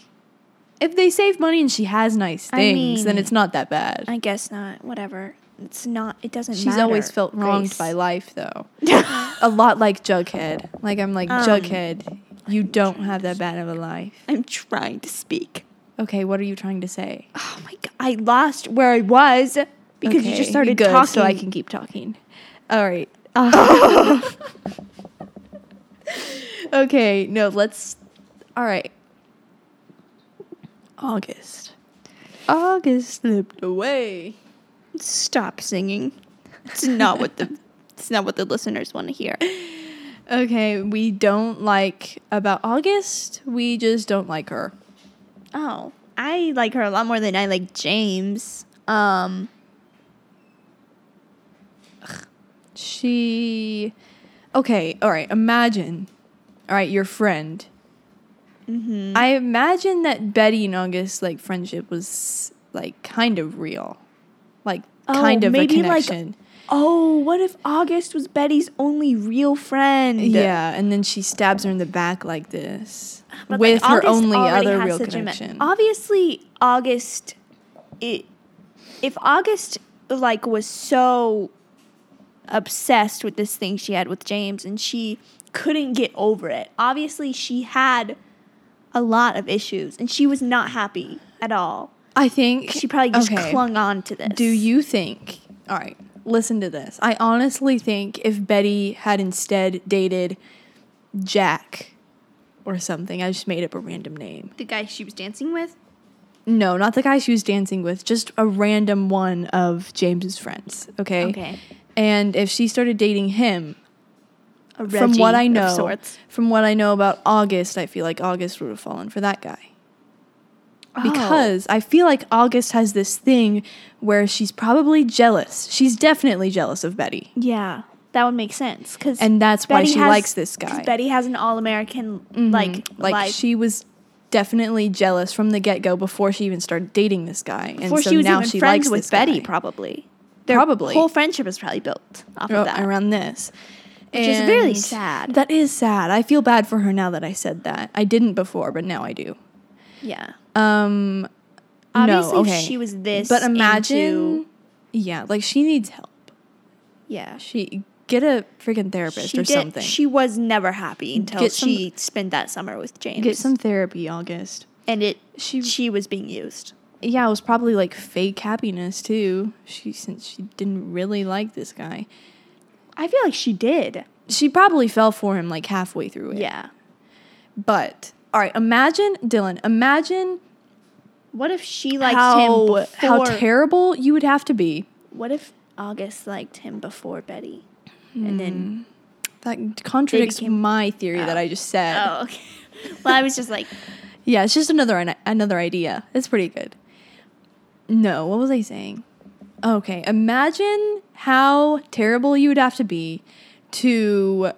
S1: if they save money and she has nice
S2: I
S1: things, then
S2: mean,
S1: it's not that bad.
S2: I guess not. Whatever. It's not. It doesn't.
S1: She's always
S2: matter,
S1: felt wronged
S2: Grace.
S1: by life though. a lot like Jughead. Like I'm like
S2: Um,
S1: Jughead, you don't have that bad of a life.
S2: I'm trying to speak.
S1: Okay, what are you trying to say?
S2: Oh my god! I lost where I was because you
S1: Okay,
S2: just started
S1: good,
S2: talking.
S1: so I can keep talking. All right. okay, no, let's. All right. August. August slipped away.
S2: stop singing. It's not what the. It's not what the listeners want to hear.
S1: Okay, we don't like about August. We just don't like her.
S2: Oh, I like her a lot more than I like James. Um,
S1: She. Okay, all right. Imagine. All right, your friend.
S2: Mm-hmm.
S1: I imagine that Betty and August like friendship was like kind of real, like
S2: Oh,
S1: kind of
S2: maybe,
S1: a
S2: like,
S1: connection.
S2: oh, what if August was Betty's only real friend?
S1: yeah, and then she stabs her in the back like this
S2: But, like,
S1: with her
S2: August
S1: only
S2: already
S1: other
S2: has
S1: real
S2: such a me-
S1: connection.
S2: Obviously, August, it, if August like was so obsessed with this thing she had with James and she couldn't get over it. Obviously, she had a lot of issues and she was not happy at all.
S1: I think
S2: She probably just
S1: okay.
S2: clung on to this.
S1: Do you think? All right, listen to this. I honestly think if Betty had instead dated Jack or something, I just made up a random name.
S2: The guy she was dancing with?
S1: No, not the guy she was dancing with, just a random one of James's friends. Okay.
S2: Okay.
S1: And if she started dating him,
S2: A
S1: from
S2: Reggie
S1: what I
S2: of
S1: know,
S2: sorts.
S1: from what I know about August, I feel like August would have fallen for that guy.
S2: Oh.
S1: Because I feel like August has this thing where she's probably jealous. She's definitely jealous of Betty.
S2: Yeah, that would make sense. Cause
S1: And that's why
S2: Betty
S1: she
S2: has-
S1: likes this
S2: 'cause
S1: guy. Mm-hmm.
S2: Betty has an all American like
S1: like
S2: life.
S1: she was definitely jealous from the get go before she even started dating this guy. And
S2: before
S1: so
S2: she was
S1: now
S2: even
S1: she
S2: friends
S1: likes
S2: with
S1: this
S2: Betty,
S1: guy.
S2: probably.
S1: Probably. Oh,
S2: whole friendship is probably built off
S1: ar-
S2: of that.
S1: around this.
S2: Which is really
S1: And
S2: sad.
S1: That is sad. I feel bad for her now that I said that. I didn't before, but now I do.
S2: yeah.
S1: Um
S2: Obviously,
S1: no,
S2: if
S1: okay.
S2: she was this,
S1: But imagine
S2: into-
S1: Yeah, like she needs help.
S2: yeah,
S1: She get a freaking therapist
S2: she
S1: or
S2: did-
S1: something.
S2: She was never happy until
S1: Get some-
S2: she spent that summer with James.
S1: get some therapy, August.
S2: and it
S1: She-
S2: she she was being used.
S1: Yeah, it was probably like fake happiness too. She since she didn't really like this guy.
S2: I feel like she did.
S1: She probably fell for him like halfway through it.
S2: Yeah.
S1: But all right, imagine Dylan, imagine
S2: What if she liked him
S1: how
S2: before?
S1: how terrible you would have to be.
S2: what if August liked him before Betty, and then
S1: That contradicts
S2: became-
S1: my theory that
S2: Oh.
S1: I just said.
S2: oh, okay. well, I was just like,
S1: Yeah, it's just another another idea. It's pretty good. No, what was I saying? Okay, imagine how terrible you would have to be to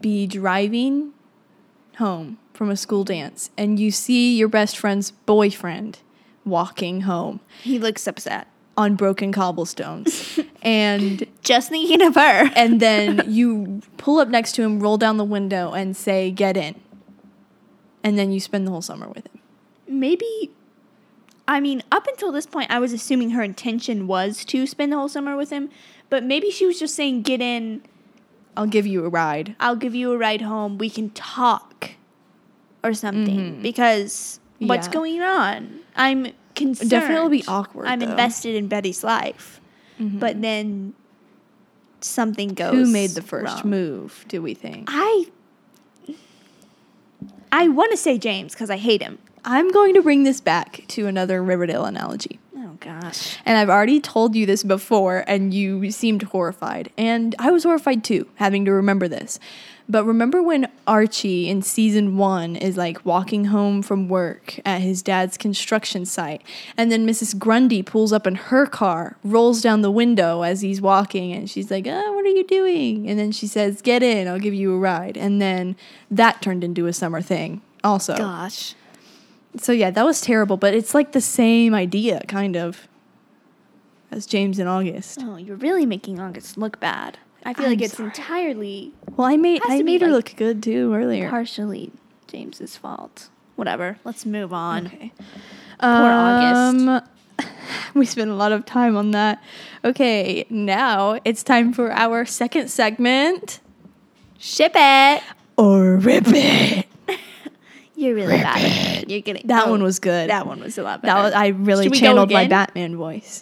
S1: be driving home from a school dance and you see your best friend's boyfriend walking home
S2: he looks upset.
S1: on broken cobblestones and
S2: Just thinking of her.
S1: and then you pull up next to him, roll down the window, and say, "Get in." And then you spend the whole summer with him.
S2: maybe I mean, up until this point I was assuming her intention was to spend the whole summer with him, but maybe she was just saying, "Get in,
S1: I'll give you a ride.
S2: I'll give you a ride home, we can talk." or something because what's
S1: Mm-hmm. Yeah.
S2: going on? I'm concerned.
S1: Definitely be awkward,
S2: I'm
S1: though. Mm-hmm.
S2: invested in Betty's life. But then something goes
S1: Who made the first
S2: wrong.
S1: move? Do we think?
S2: I I want to say James cuz I hate him.
S1: I'm going to bring this back to another Riverdale analogy,
S2: Oh gosh.
S1: and I've already told you this before, and you seemed horrified, and I was horrified too, having to remember this. But remember when Archie in season one is like walking home from work at his dad's construction site, and then Mrs. Grundy pulls up in her car, rolls down the window as he's walking, and she's like, oh, What are you doing? And then she says, Get in, I'll give you a ride. And then that turned into a summer thing, also.
S2: Gosh.
S1: So yeah, that was terrible, but it's like the same idea, kind of, as James and August.
S2: Oh, you're really making August look bad. I feel
S1: I'm
S2: like it's
S1: sorry.
S2: entirely,
S1: Well, I made
S2: Has to
S1: I
S2: be,
S1: made her
S2: like,
S1: look good too earlier.
S2: partially James's fault. Whatever. Let's move on.
S1: Okay.
S2: August.
S1: Um, we spent a lot of time on that. Okay, now it's time for our second segment.
S2: Ship it.
S1: Or rip it.
S2: You're really bad at it. You're getting
S1: That
S2: one
S1: one was good.
S2: That one was a lot better.
S1: That was, I really
S2: Should we go
S1: channeled my
S2: again?
S1: Batman voice.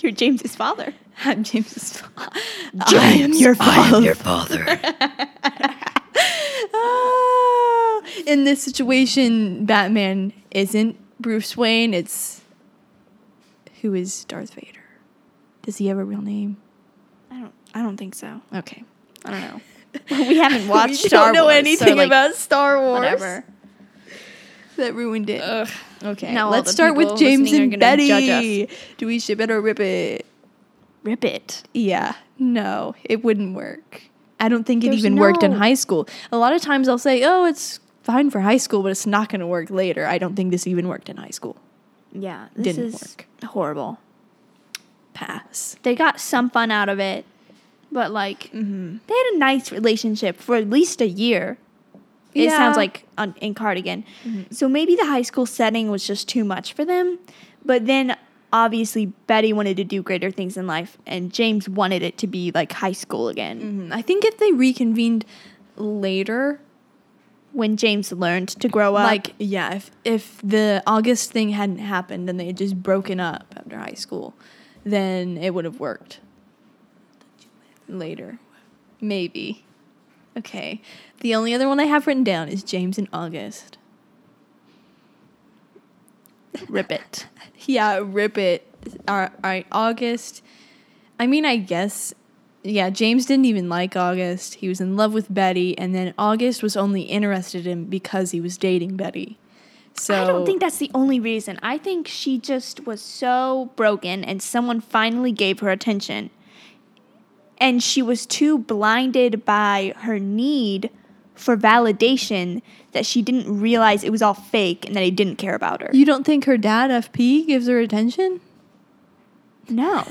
S2: You're James's father.
S1: I'm James's father. I am your father. Oh, in this situation, Batman isn't Bruce Wayne. It's who is Darth Vader? Does he have a real name?
S2: I don't. I don't think so.
S1: Okay.
S2: I don't know. we haven't watched.
S1: we
S2: Star
S1: don't know
S2: Wars, so,
S1: anything
S2: like,
S1: about Star Wars.
S2: Whatever.
S1: That ruined it. Okay.
S2: Now all
S1: let's
S2: the
S1: start with
S2: people
S1: James
S2: listening are
S1: and
S2: gonna judge us.
S1: Betty. Do we ship it or rip it?
S2: Rip it.
S1: Yeah, no, it wouldn't work. I don't think it
S2: There's
S1: even worked in
S2: no-
S1: high school. A lot of times I'll say, oh, it's fine for high school, but it's not going to work later. I don't think this even worked in high school.
S2: Yeah. This
S1: Didn't
S2: is horrible.
S1: Pass.
S2: They got some fun out of it, but like they had a nice relationship for at least a year. It sounds
S1: Yeah.
S2: like on, Mm-hmm. in Cardigan. So maybe the high school setting was just too much for them. But then obviously Betty wanted to do greater things in life, and James wanted it to be like high school again.
S1: Mhm. I think if they reconvened later,
S2: When James learned to grow up,
S1: like yeah, if if the August thing hadn't happened and they had just broken up after high school, then it would have worked. Later, maybe. Okay. The only other one I have written down is James and August.
S2: rip it.
S1: Yeah, rip it. All right, August. I mean, I guess. Yeah, James didn't even like August. He was in love with Betty, and then August was only interested in him because he was dating Betty. So
S2: I don't think that's the only reason. I think she just was so broken and someone finally gave her attention. And she was too blinded by her need for validation that she didn't realize it was all fake and that he didn't care about her.
S1: you don't think her dad FP gives her attention.
S2: no.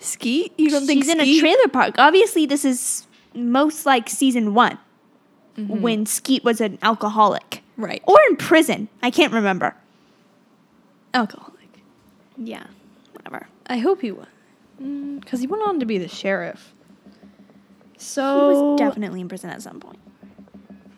S1: Skeet, you don't think
S2: She's in a
S1: Skeet-
S2: trailer park. Obviously, this is most like season one
S1: Mm-hmm.
S2: when Skeet was an alcoholic
S1: Right,
S2: or in prison. I can't remember.
S1: alcoholic.
S2: Yeah, whatever.
S1: I hope he was, because Mm, he went on to be the sheriff.
S2: He
S1: So
S2: was definitely in prison at some point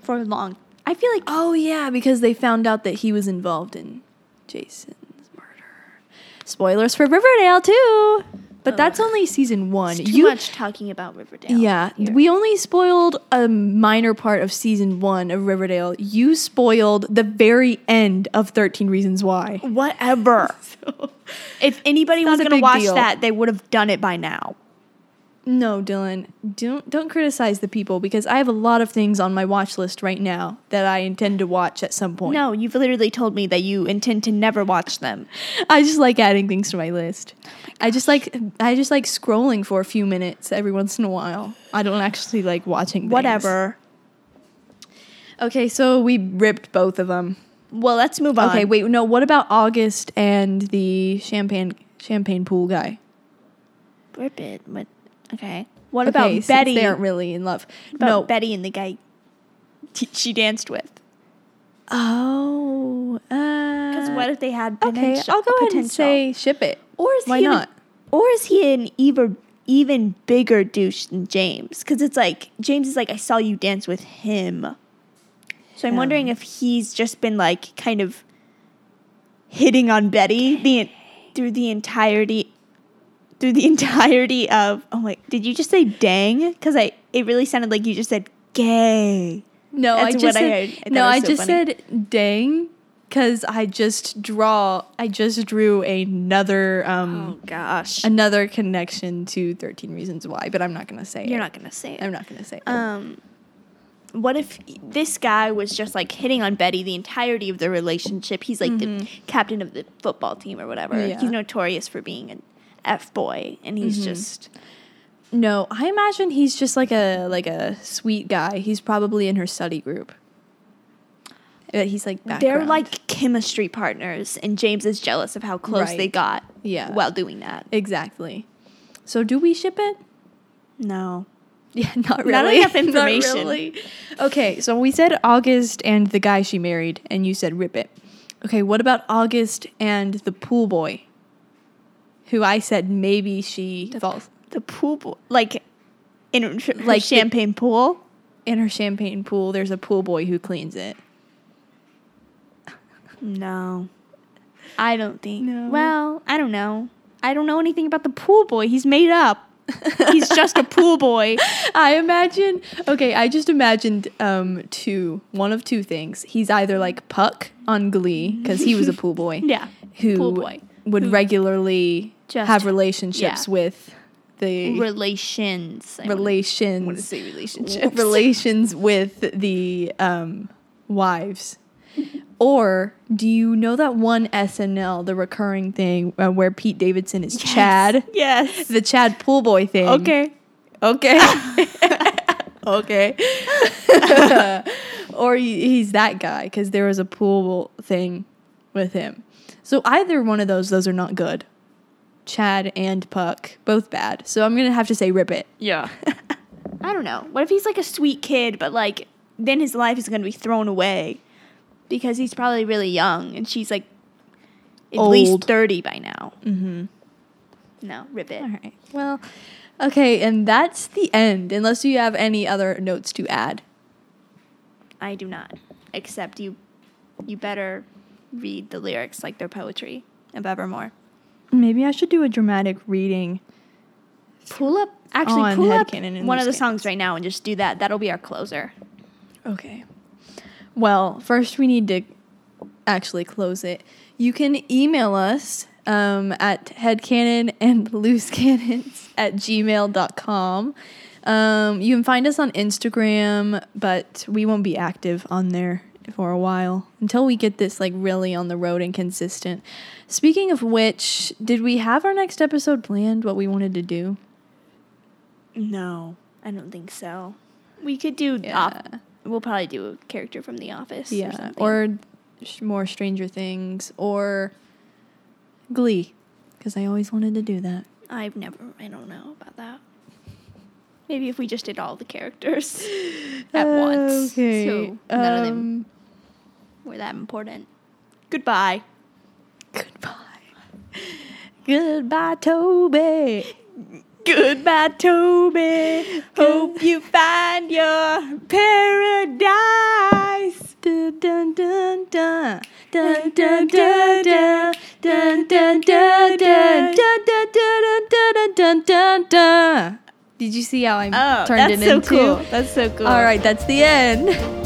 S2: for long. I feel like
S1: Oh yeah, because they found out that he was involved in Jason's murder. Spoilers for Riverdale too. But that's only season 1.
S2: it's too much talking about Riverdale.
S1: Yeah,
S2: here.
S1: we only spoiled a minor part of season 1 of Riverdale. You spoiled the very end of 13 Reasons Why.
S2: whatever. if anybody
S1: Not
S2: was
S1: a
S2: gonna
S1: big
S2: watch
S1: deal.
S2: that, they would have done it by now.
S1: No, Dylan, don't don't criticize the people because I have a lot of things on my watch list right now that I intend to watch at some point.
S2: No, you've literally told me that you intend to never watch them.
S1: I just like adding things to my list.
S2: Oh
S1: I just like I just like scrolling for a few minutes every once in a while. I don't actually like watching things.
S2: Whatever.
S1: Okay, so we ripped both of them.
S2: Well, let's move on.
S1: Okay, wait, no, what about August and the champagne champagne pool guy?
S2: Rip it. But okay. What
S1: Okay,
S2: about
S1: since
S2: Betty?
S1: They aren't really in love.
S2: about
S1: no.
S2: Betty and the guy t- she danced with.
S1: oh.
S2: Because
S1: Uh,
S2: what if they had
S1: okay,
S2: potential?
S1: I'll go ahead and
S2: potential?
S1: say ship it.
S2: or is
S1: Why
S2: he an-
S1: not?
S2: or is he an even even bigger douche than James? Because it's like James is like, I saw you dance with him. So I'm wondering if he's just been like kind of hitting on Betty the through the entirety through the entirety of oh wait did you just say dang because I it really sounded like you just said gay
S1: No,
S2: That's
S1: I just
S2: what I
S1: said,
S2: heard. I thought
S1: no,
S2: it was
S1: I
S2: so
S1: just
S2: funny.
S1: said dang because I just draw. I just drew another um
S2: Oh, gosh
S1: another connection to Thirteen Reasons Why, but I'm not gonna say
S2: you're
S1: it.
S2: not gonna say it
S1: I'm not gonna say it.
S2: um what if this guy was just like hitting on Betty the entirety of the relationship? He's like the captain of the football team or whatever.
S1: Mm-hmm. Yeah. Mm-hmm.
S2: He's notorious for being an F boy and he's just
S1: no, I imagine he's just like a like a sweet guy. He's probably in her study group. But he's like
S2: they're
S1: background.
S2: like chemistry partners and James is jealous of how close they
S1: Right.
S2: got
S1: yeah,
S2: while doing that.
S1: exactly. So do we ship it?
S2: No.
S1: Yeah, not
S2: Not
S1: really.
S2: enough information.
S1: really. Okay, so we said August and the guy she married, and you said rip it. Okay, what about August and the pool boy? Who I said maybe she falls
S2: The pool boy like in
S1: Like
S2: like
S1: the-
S2: champagne pool.
S1: in her champagne pool. There's a pool boy who cleans it.
S2: No. I don't think.
S1: No.
S2: Well, I don't know. I don't know anything about the pool boy. He's made up. He's just a pool boy.
S1: I imagine. Okay, I just imagined um, two, one of two things. He's either like Puck on Glee because he was a pool boy.
S2: Yeah.
S1: who
S2: Pool boy.
S1: would regularly
S2: Just-
S1: have relationships
S2: yeah.
S1: with the
S2: Relations. I wanna-
S1: relations
S2: wanna say relationships.
S1: relations with the um, wives or do you know that one SNL the recurring thing uh, where Pete Davidson is Chad
S2: Yes.
S1: the Chad pool boy thing
S2: Okay.
S1: okay okay or he, he's that guy cuz there was a pool thing with him so either one of those those are not good Chad and Puck both bad so I'm going to have to say rip it
S2: Yeah. I don't know. What if he's like a sweet kid, but like then his life is going to be thrown away because he's probably really young and she's like at least
S1: Old.
S2: 30 by now.
S1: Mm-hmm.
S2: No, rip it.
S1: All right. Well, okay, and that's the end. Unless you have any other notes to add.
S2: I do not. Except you you better read the lyrics like they're poetry of Evermore.
S1: Maybe I should do a dramatic reading.
S2: Pull up actually
S1: On
S2: pull up
S1: Headcanon and
S2: one of the
S1: Loose
S2: songs right now and just do that. That'll be our closer.
S1: Okay. Well, first we need to actually close it. You can email us um, at headcanon and loosecannons at gmail.com. Um, you can find us on Instagram, but we won't be active on there for a while until we get this like really on the road and consistent. Speaking of which, did we have our next episode planned what we wanted to do?
S2: No, I don't think so. We could do
S1: Yeah.
S2: off, we'll probably do a character from the office or
S1: Yeah,
S2: something.
S1: or, sh- more Stranger Things or Glee, because I always wanted to do that.
S2: I've never I don't know about that. Maybe if we just did all the characters at once.
S1: Okay,
S2: So none of them
S1: um,
S2: were that important. Goodbye.
S1: Goodbye. Goodbye, Toby.
S2: Goodbye, Toby. Hope you find your paradise.
S1: Dun dun dun dun dun dun dun dun dun dun dun dun dun dun dun dun dun dun dun. Did you see how I
S2: Oh,
S1: turned
S2: that's
S1: it
S2: so
S1: into?
S2: cool. That's so cool.
S1: All right, that's the end.